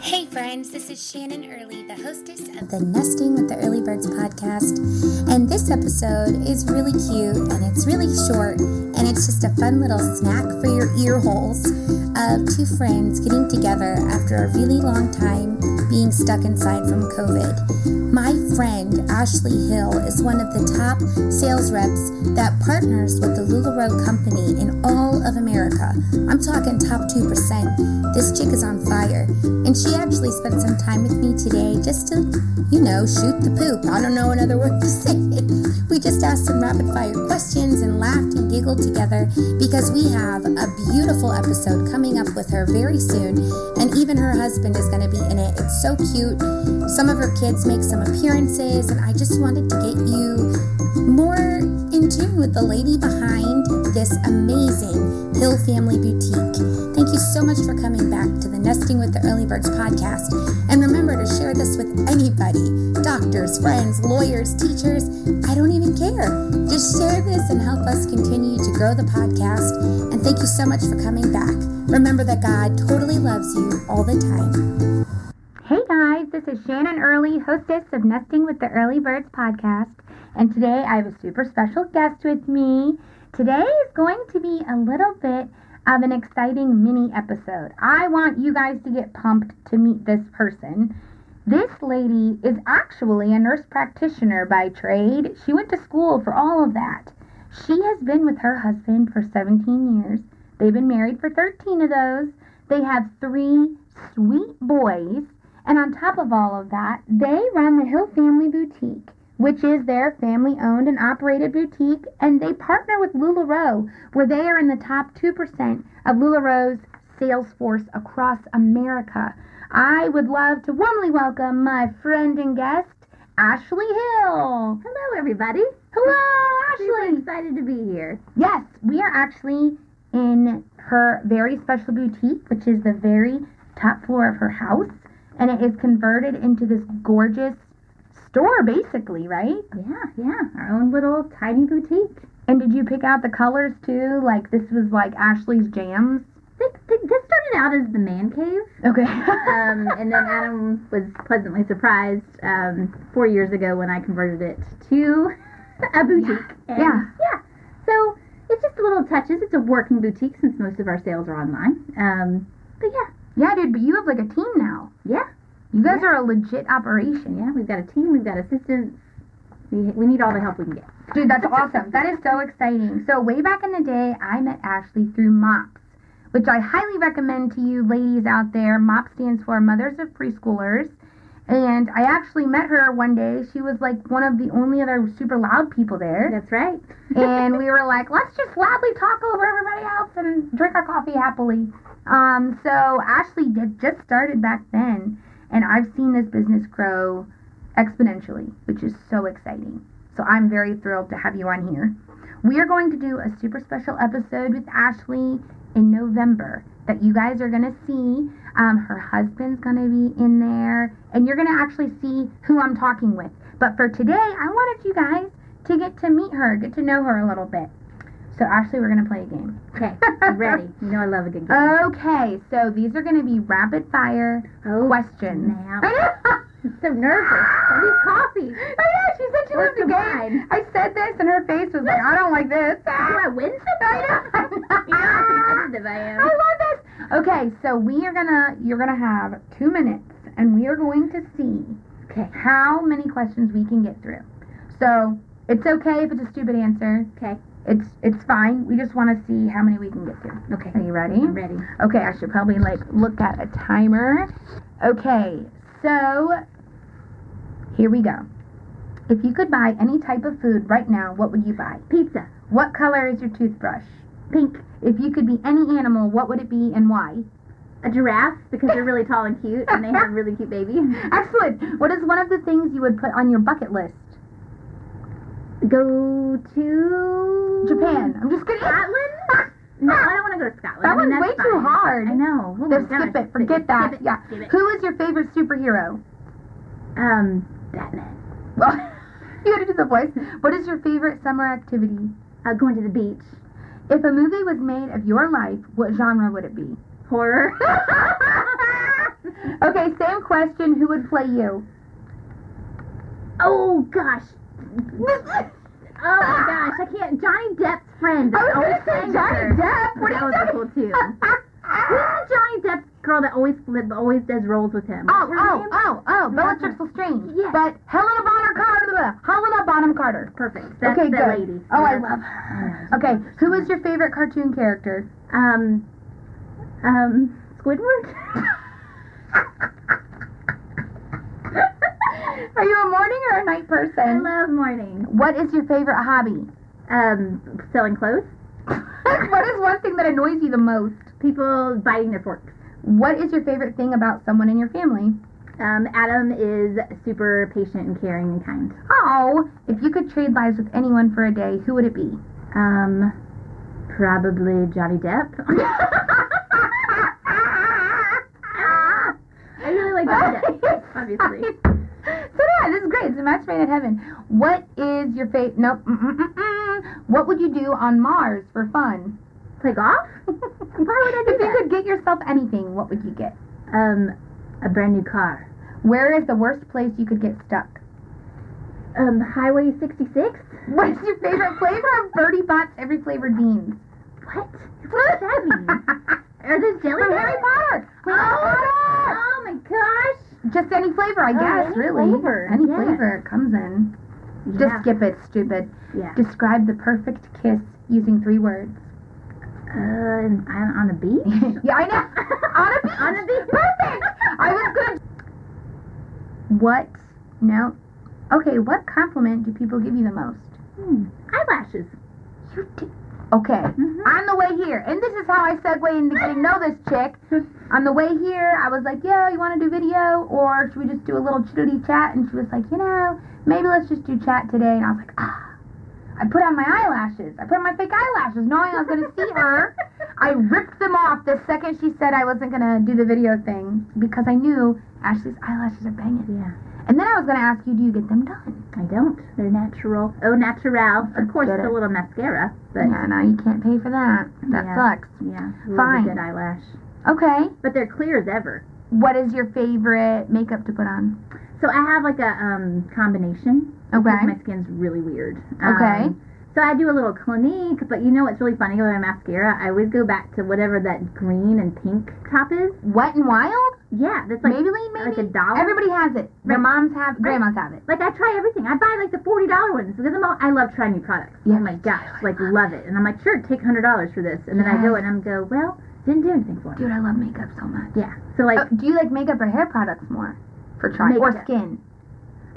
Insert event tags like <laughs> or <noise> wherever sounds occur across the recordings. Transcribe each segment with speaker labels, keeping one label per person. Speaker 1: Hey, friends, this is Shannon Early, the hostess of the Nesting with the Early Birds podcast. And this episode is really cute and it's really short and it's just a fun little snack for your ear holes of two friends getting together after a really long time being stuck inside from COVID. My friend Ashley Hill is one of the top sales reps that partners with the LuLaRoe company in all of America. I'm talking top 2%. This chick is on fire. And she actually spent some time with me today just to, you know, shoot the poop. I don't know another word to <laughs> say. We just asked some rapid fire questions and laughed and giggled together because we have a beautiful episode coming up with her very soon. And even her husband is going to be in it. It's so cute. Some of her kids make some appearances. And I just wanted to get you more in tune with the lady behind this amazing Hill Family Boutique. Thank you so much for coming back to the Nesting with the Early Birds podcast. And remember to share this with anybody doctors, friends, lawyers, teachers. I don't even care. Just share this and help us continue to grow the podcast. And thank you so much for coming back. Remember that God totally loves you all the time. Hey guys, this is Shannon Early, hostess of Nesting with the Early Birds podcast. And today I have a super special guest with me. Today is going to be a little bit of an exciting mini episode. I want you guys to get pumped to meet this person. This lady is actually a nurse practitioner by trade. She went to school for all of that. She has been with her husband for 17 years. They've been married for 13 of those. They have three sweet boys. And on top of all of that, they run the Hill Family Boutique, which is their family owned and operated boutique. And they partner with LuLaRoe, where they are in the top 2% of LuLaRoe's sales force across America. I would love to warmly welcome my friend and guest, Ashley Hill.
Speaker 2: Hello, everybody.
Speaker 1: Hello,
Speaker 2: Super
Speaker 1: Ashley.
Speaker 2: excited to be here.
Speaker 1: Yes, we are actually in her very special boutique, which is the very top floor of her house, and it is converted into this gorgeous store, basically, right?
Speaker 2: Yeah, yeah. Our own little tiny boutique.
Speaker 1: And did you pick out the colors too? Like this was like Ashley's jams.
Speaker 2: They, they, this started out as the man cave,
Speaker 1: <laughs> Okay.
Speaker 2: um, and <laughs> then Adam was pleasantly surprised um, four years ago when I converted it to a boutique. And,
Speaker 1: Yeah.
Speaker 2: yeah. So it's just little touches. It's a working boutique since most of our sales are online. Um, but yeah,
Speaker 1: yeah, dude, but you have like a team now.
Speaker 2: yeah,
Speaker 1: You guys are a legit operation.
Speaker 2: yeah. We've got a team. We've got assistants. We, we need all the help we can get.
Speaker 1: Dude, that's awesome. That is so exciting. So, way back in the day, I met Ashley through MOPS, which I highly recommend to you ladies out there. MOPS stands for Mothers of Preschoolers. And I actually met her one day. She was like one of the only other super loud people there.
Speaker 2: That's <laughs> right.
Speaker 1: and we were like, let's just loudly talk over everybody else and drink our coffee happily. Um, so, Ashley did, just started back then. And I've seen this business grow exponentially, which is so exciting. So I'm very thrilled to have you on here. We are going to do a super special episode with Ashley in November that you guys are going to see. Um, her husband's going to be in there, and you're going to actually see who I'm talking with. But for today, I wanted you guys to get to meet her, get to know her a little bit. So, Ashley, we're going to play a game.
Speaker 2: Okay,
Speaker 1: <laughs>
Speaker 2: I'm ready. You know I love a good game.
Speaker 1: Okay, so these are going to be rapid fire
Speaker 2: oh,
Speaker 1: questions. <laughs>
Speaker 2: snap.
Speaker 1: I know.
Speaker 2: I'm so nervous. I need coffee.
Speaker 1: I know, she said she
Speaker 2: Where's
Speaker 1: loved the
Speaker 2: the
Speaker 1: game. I said this, and her face was like, I don't like this.
Speaker 2: <laughs> Do I win
Speaker 1: I
Speaker 2: something?
Speaker 1: know.
Speaker 2: you know how competitive
Speaker 1: <laughs>
Speaker 2: I
Speaker 1: I
Speaker 2: am.
Speaker 1: love this. Okay, so we are gonna, you're gonna have two minutes, and we are going to see
Speaker 2: Okay.
Speaker 1: how many questions we can get through. So it's okay if it's a stupid answer.
Speaker 2: Okay.
Speaker 1: It's it's fine. We just want to see how many we can get through.
Speaker 2: Okay.
Speaker 1: Are you ready?
Speaker 2: <laughs> I'm ready.
Speaker 1: Okay, I should probably like look at a timer. Okay, so here we go. If you could buy any type of food right now, what would you buy?
Speaker 2: Pizza.
Speaker 1: What color is your toothbrush?
Speaker 2: Pink.
Speaker 1: If you could be any animal, what would it be and why?
Speaker 2: A giraffe because they're really tall and cute and they have really cute babies.
Speaker 1: Excellent. What is one of the things you would put on your bucket list?
Speaker 2: Go to
Speaker 1: Japan. I'm just kidding.
Speaker 2: Scotland? No, I don't want to go to Scotland.
Speaker 1: That
Speaker 2: I mean,
Speaker 1: one's
Speaker 2: that's
Speaker 1: way too
Speaker 2: fine.
Speaker 1: hard.
Speaker 2: I know. We'll
Speaker 1: Just
Speaker 2: go down.
Speaker 1: skip it. Forget that.
Speaker 2: Skip it.
Speaker 1: Yeah.
Speaker 2: Skip it.
Speaker 1: Who is your favorite superhero? <laughs>
Speaker 2: Um, Batman.
Speaker 1: Well, you gotta do the voice. What is your favorite summer activity?
Speaker 2: Uh, going to the beach.
Speaker 1: If a movie was
Speaker 3: <laughs>
Speaker 1: made of your life, what genre would it be?
Speaker 2: Horror.
Speaker 1: okay,
Speaker 3: Okay, same question. Who would play <laughs> you?
Speaker 2: <laughs> Oh gosh. Oh my gosh, I can't. Johnny Depp's friend.
Speaker 3: I was
Speaker 2: that
Speaker 3: gonna
Speaker 2: always
Speaker 3: say
Speaker 2: sang with
Speaker 3: Johnny
Speaker 2: her.
Speaker 3: Depp. What are
Speaker 2: that
Speaker 3: you
Speaker 2: was
Speaker 3: talking-
Speaker 2: cool too.
Speaker 3: <laughs>
Speaker 2: Who's the Johnny Depp girl that always flip, always does roles with him?
Speaker 3: Oh,
Speaker 2: What's her
Speaker 3: oh,
Speaker 2: name?
Speaker 3: oh, oh, Bellatrix Lestrange.
Speaker 2: Yes.
Speaker 3: But Helena Bonham Carter, Helena Bonham Carter.
Speaker 2: Perfect. That's
Speaker 3: okay,
Speaker 2: the
Speaker 3: good.
Speaker 2: lady.
Speaker 3: Oh, I
Speaker 2: Yeah.
Speaker 3: love her. Okay, who is your favorite cartoon character?
Speaker 2: Um, um, Squidward. <laughs>
Speaker 3: Are you a morning or a night
Speaker 2: I
Speaker 3: person?
Speaker 2: love morning.
Speaker 3: What is your favorite hobby?
Speaker 2: Um, selling clothes.
Speaker 3: <laughs> what is one thing that annoys you the most?
Speaker 2: People biting their forks.
Speaker 3: What is your favorite thing about someone in your family?
Speaker 2: Um, Adam is super patient and caring and kind.
Speaker 3: Oh, if you could trade lives with anyone for a day, who would
Speaker 2: <laughs>
Speaker 3: it be?
Speaker 2: Um, probably Johnny Depp. <laughs> I really like Johnny Depp, obviously.
Speaker 3: <laughs> So yeah, this is great. It's a match made in heaven. What is your fate? Nope. mm, Mm-mm-mm-mm. mm. What would you do on Mars for
Speaker 2: <laughs>
Speaker 3: fun?
Speaker 2: Play golf?
Speaker 3: Why would I
Speaker 2: do
Speaker 3: If you
Speaker 2: that?
Speaker 3: could get yourself anything, what would you get?
Speaker 2: Um, a brand new car.
Speaker 3: Where is the worst place you could get stuck? <laughs>
Speaker 2: Um, Highway 66?
Speaker 3: What is your favorite flavor of Birdie Bot's every flavored beans?
Speaker 2: What? What does that mean? <laughs> Are those jelly
Speaker 3: From
Speaker 2: beans?
Speaker 3: Harry Potter.
Speaker 2: Oh, oh my gosh!
Speaker 3: Just any flavor, I
Speaker 2: Oh,
Speaker 3: guess.
Speaker 2: any
Speaker 3: really,
Speaker 2: flavor,
Speaker 3: any
Speaker 2: yes.
Speaker 3: flavor it comes in.
Speaker 2: Yeah,
Speaker 3: Just skip it, stupid.
Speaker 2: yeah.
Speaker 3: Describe the perfect kiss using three words. <laughs>
Speaker 2: Um, I'm on a beach?
Speaker 3: Yeah, I know. On a beach.
Speaker 2: On a beach.
Speaker 3: Perfect. I was good. What? No. Okay. What compliment do people give you the most?
Speaker 2: Hmm. Eyelashes.
Speaker 3: You did. Okay.
Speaker 2: Mhm.
Speaker 3: On the way here, and this is how I segue into getting to know this chick. On the way here, I was like, "Yo, you want to do video, or should we just do a little chitty chat?" And she was like, "You know, maybe let's just do chat today." And I was like, "Ah." I put on my eyelashes. I put on my fake eyelashes, knowing I was gonna
Speaker 2: <laughs>
Speaker 3: see her. I ripped them off the second she said I wasn't gonna do the video thing because I knew Ashley's eyelashes are banging.
Speaker 2: Yeah.
Speaker 3: And then I was gonna ask you, "Do you get them done?"
Speaker 2: I don't. They're natural. Oh, natural. Of course,
Speaker 3: Get
Speaker 2: it's
Speaker 3: it.
Speaker 2: a little mascara, but
Speaker 3: Yeah, no, you can't pay for that. That
Speaker 2: Yeah.
Speaker 3: sucks.
Speaker 2: yeah, a
Speaker 3: Fine.
Speaker 2: Really good eyelash.
Speaker 3: Okay.
Speaker 2: But they're clear as ever.
Speaker 3: What is your favorite makeup to put on?
Speaker 2: So I have like a um combination. because My skin's really weird. Um,
Speaker 3: Okay.
Speaker 2: So I do a little Clinique, but you know what's really funny about my mascara? I always go back to whatever that green and pink top is.
Speaker 3: Wet and Wild?
Speaker 2: Yeah, that's like
Speaker 3: Maybelline, maybe?
Speaker 2: like a dollar.
Speaker 3: Everybody has it. Their
Speaker 2: Right.
Speaker 3: moms have
Speaker 2: Right.
Speaker 3: grandmas have it.
Speaker 2: like I try everything. I buy like the forty dollar ones because I'm all, I love trying new products.
Speaker 3: Yeah,
Speaker 2: oh my
Speaker 3: me
Speaker 2: gosh, like love it. And I'm like, sure, take hundred dollars for this, and then I go and I'm go, well, didn't do anything for me.
Speaker 3: Dude, I love makeup so much.
Speaker 2: Yeah. So like,
Speaker 3: Uh, do you like makeup or hair products more? For trying or
Speaker 2: Makeup.
Speaker 3: skin?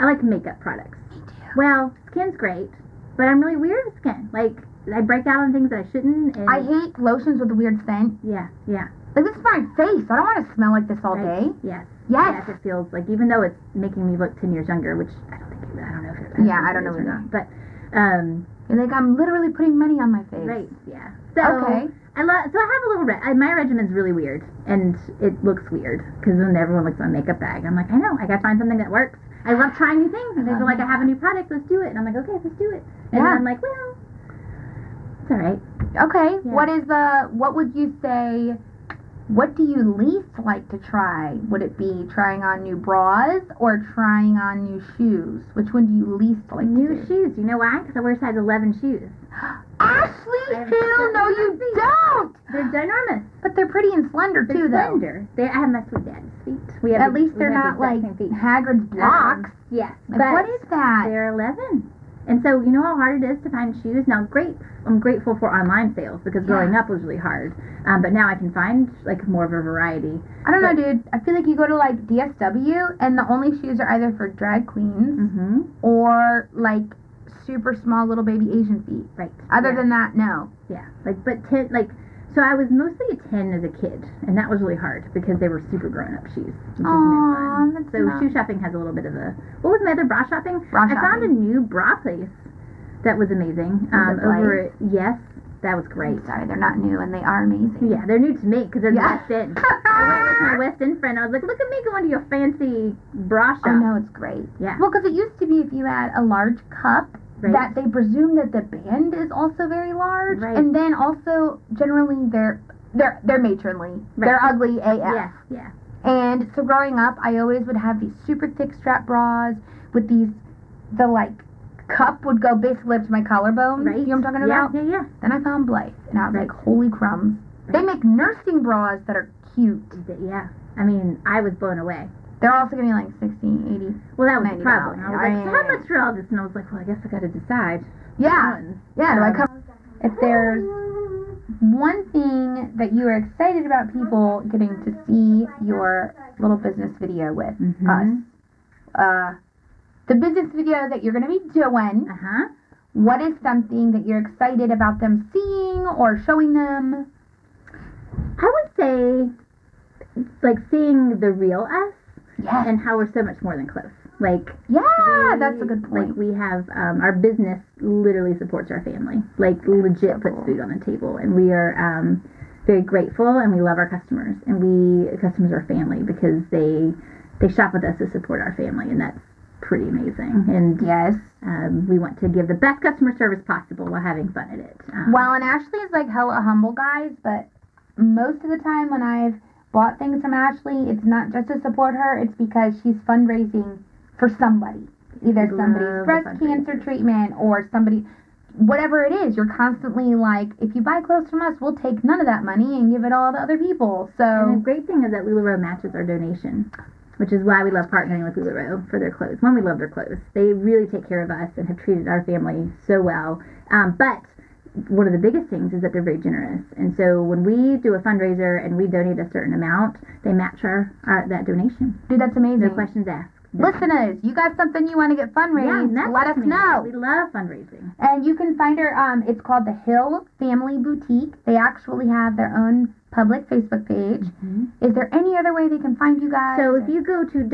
Speaker 2: I like makeup products.
Speaker 3: Me too.
Speaker 2: Well, skin's great, but I'm really weird with skin. Like I break out on things that I shouldn't. And
Speaker 3: I hate lotions with a weird scent.
Speaker 2: Yeah, yeah,
Speaker 3: Like this is my face. I don't want to smell like this all
Speaker 2: Right.
Speaker 3: day.
Speaker 2: yes.
Speaker 3: Yes.
Speaker 2: Yes, it feels like even though it's making me look ten years younger, which I don't think it, I don't know if it.
Speaker 3: Yeah, I don't
Speaker 2: if it is
Speaker 3: know
Speaker 2: or
Speaker 3: either.
Speaker 2: not, but um,
Speaker 3: You're like I'm literally putting money on my face.
Speaker 2: right, yeah. So
Speaker 3: Okay.
Speaker 2: I love. So I have a little. Re- I, my regimen's really weird, and it looks weird because then everyone looks at my makeup bag. I'm like, I know. I gotta find something that works. I love trying new things, and they
Speaker 3: love
Speaker 2: go like, I have a new product. Let's do it. And I'm like, okay, let's do it. And
Speaker 3: Yeah.
Speaker 2: then I'm like, well, it's all right.
Speaker 3: Okay.
Speaker 2: Yeah.
Speaker 3: What is the? What would you say? What do you least like to try? Would it be trying on new bras or trying on new shoes? Which one do you least like? to
Speaker 2: new
Speaker 3: do?
Speaker 2: shoes. You know why? Because I wear size 11 shoes.
Speaker 3: Ashley
Speaker 2: I have
Speaker 3: Hill. No, you don't. <gasps>
Speaker 2: They're ginormous.
Speaker 3: But they're pretty and slender
Speaker 2: They're
Speaker 3: too, though.
Speaker 2: slender. They, I have my sweet daddy's feet. We
Speaker 3: At
Speaker 2: the-
Speaker 3: least
Speaker 2: we
Speaker 3: they're
Speaker 2: have
Speaker 3: not
Speaker 2: the exact
Speaker 3: like
Speaker 2: same feet.
Speaker 3: Hagrid's blocks.
Speaker 2: Yes,
Speaker 3: Like,
Speaker 2: but
Speaker 3: what is that?
Speaker 2: they're 11. And so you know how hard it is to find shoes. Now, great, I'm grateful for online sales because growing up was really hard. Um, but now I can find like more of a variety.
Speaker 3: I don't know, dude. I feel like you go to like DSW and the only shoes are either for drag queens
Speaker 2: Mm-hmm.
Speaker 3: or like super small little baby Asian feet.
Speaker 2: Right.
Speaker 3: Other
Speaker 2: yeah.
Speaker 3: than that, no.
Speaker 2: yeah, like but ten like. So I was mostly a ten as a kid, and that was really hard because they were super grown-up shoes. Which isn't
Speaker 3: Aw,
Speaker 2: fun.
Speaker 3: that's
Speaker 2: So
Speaker 3: nice.
Speaker 2: shoe shopping has a little bit of a. What was my other bra shopping?
Speaker 3: Bra
Speaker 2: I found a new bra place that was amazing. um,
Speaker 3: it
Speaker 2: over at, yes, that was
Speaker 3: Great.
Speaker 2: great.
Speaker 3: Sorry, they're not new and they are amazing. <laughs>
Speaker 2: Yeah, they're new to me because they're
Speaker 3: Yeah.
Speaker 2: West
Speaker 3: <laughs>
Speaker 2: End. I went with my West End friend. I was like, look at me going to your fancy bra shop.
Speaker 3: I know it's great.
Speaker 2: Yeah.
Speaker 3: Well, because it used to be if you had a large cup
Speaker 2: Right.
Speaker 3: that they presume that the band is also very large,
Speaker 2: Right.
Speaker 3: and then also generally they're they're they're matronly, they're ugly AF.
Speaker 2: yeah, yeah.
Speaker 3: And so growing up, I always would have these super thick strap bras with these, the like cup would go basically up to my collarbone.
Speaker 2: Right.
Speaker 3: You know what I'm talking
Speaker 2: yeah,
Speaker 3: about?
Speaker 2: yeah, yeah.
Speaker 3: Then I found Blythe, and I was
Speaker 2: Right.
Speaker 3: like, holy crumbs. They
Speaker 2: Right.
Speaker 3: make nursing bras that are cute.
Speaker 2: Th- Yeah. I mean, I was blown away.
Speaker 3: They're also gonna be like 60,
Speaker 2: Well, that was the
Speaker 3: $90.
Speaker 2: problem. I was
Speaker 3: I
Speaker 2: like,
Speaker 3: mean-
Speaker 2: so how much for all this? And I was like, well, I guess I got to decide.
Speaker 3: 80. Yeah.
Speaker 2: Ones.
Speaker 3: Yeah, do I
Speaker 2: Um,
Speaker 3: come? If there's one thing that you are excited about people getting to see your little business video with
Speaker 2: Mhm.
Speaker 3: us, uh, the business video that you're going to be doing,
Speaker 2: Uh huh.
Speaker 3: what is something that you're excited about them seeing or showing them?
Speaker 2: I would say, like seeing the real us
Speaker 3: Yes.
Speaker 2: and how we're so much more than close. Like
Speaker 3: Yeah, that's a good
Speaker 2: Like
Speaker 3: point.
Speaker 2: we have um, our business literally supports our family. Like legit puts food on the table, and we are um, very grateful, and we love our customers, and we customers are family because they they shop with us to support our family, and that's pretty amazing. And
Speaker 3: Yes.
Speaker 2: um, we want to give the best customer service possible while having fun at it. Um,
Speaker 3: Well, and Ashley is like hella humble, guys, but most of the time when I've bought things from Ashley, it's not just to support her, it's because she's fundraising for somebody. Either
Speaker 2: Love
Speaker 3: somebody's breast
Speaker 2: fundraisers.
Speaker 3: cancer treatment or somebody, whatever it is, you're constantly like, if you buy clothes from us, we'll take none of that money and give it all to other people.
Speaker 2: And the
Speaker 3: So,
Speaker 2: great thing is that LuLaRoe matches our donation, which is why we love partnering with LuLaRoe for their clothes. One, we love their clothes. They really take care of us and have treated our family so well. Um, but one of the biggest things is that they're very generous. And so when we do a fundraiser and we donate a certain amount, they match our, our that donation.
Speaker 3: dude, that's
Speaker 2: No
Speaker 3: amazing.
Speaker 2: questions asked.
Speaker 3: Listeners, you got something you want to get fundraised,
Speaker 2: and that's
Speaker 3: let us
Speaker 2: amazing.
Speaker 3: know.
Speaker 2: We love fundraising.
Speaker 3: And you can find her, um, it's called the Hill Family Boutique. They actually have their own public Facebook page. Is there any other way they can find you guys?
Speaker 2: Mm-hmm. So if you go to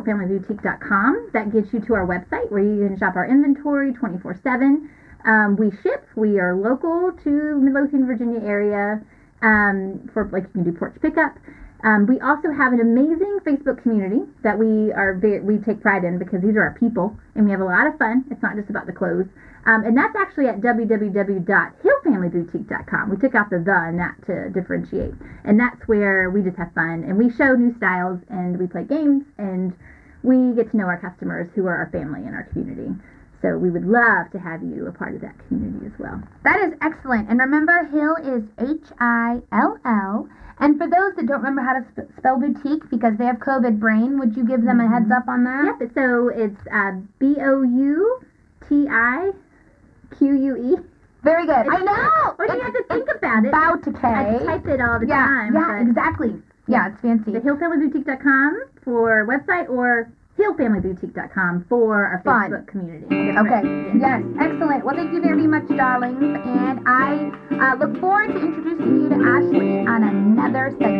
Speaker 2: www.thehillfamilyboutique.com, that gets you to our website where you can shop our inventory 24 7. Um, we ship, we are local to Midlothian, Virginia area um, for like you can do porch pickup. Um, we also have an amazing Facebook community that we are very, we take pride in because these are our people and we have a lot of fun. It's not just about the clothes. Um, and that's actually at www.hillfamilyboutique.com. We took out the the and that to differentiate. And that's where we just have fun and we show new styles and we play games and we get to know our customers who are our family and our community. So we would love to have you a part of that community as well.
Speaker 3: that is excellent. And remember, Hill is H I L L. And for those that don't remember how to sp- spell boutique because they have COVID brain, would you give them a heads up on that?
Speaker 2: Mm-hmm. Yep. So it's uh, B O U T I Q U E.
Speaker 3: Very good. I know.
Speaker 2: Or you
Speaker 3: It's
Speaker 2: have to think about it.
Speaker 3: about to
Speaker 2: I
Speaker 3: pay.
Speaker 2: type it all the
Speaker 3: Yeah,
Speaker 2: time.
Speaker 3: yeah,
Speaker 2: but
Speaker 3: exactly. Yeah, it's fancy.
Speaker 2: The hillfamilyboutique.com for website or hillfamilyboutique.com for our
Speaker 3: Fun.
Speaker 2: Facebook community.
Speaker 3: Okay. Yes. Excellent. Well, thank you very much, darlings, and I uh, look forward to introducing you to Ashley on another segment.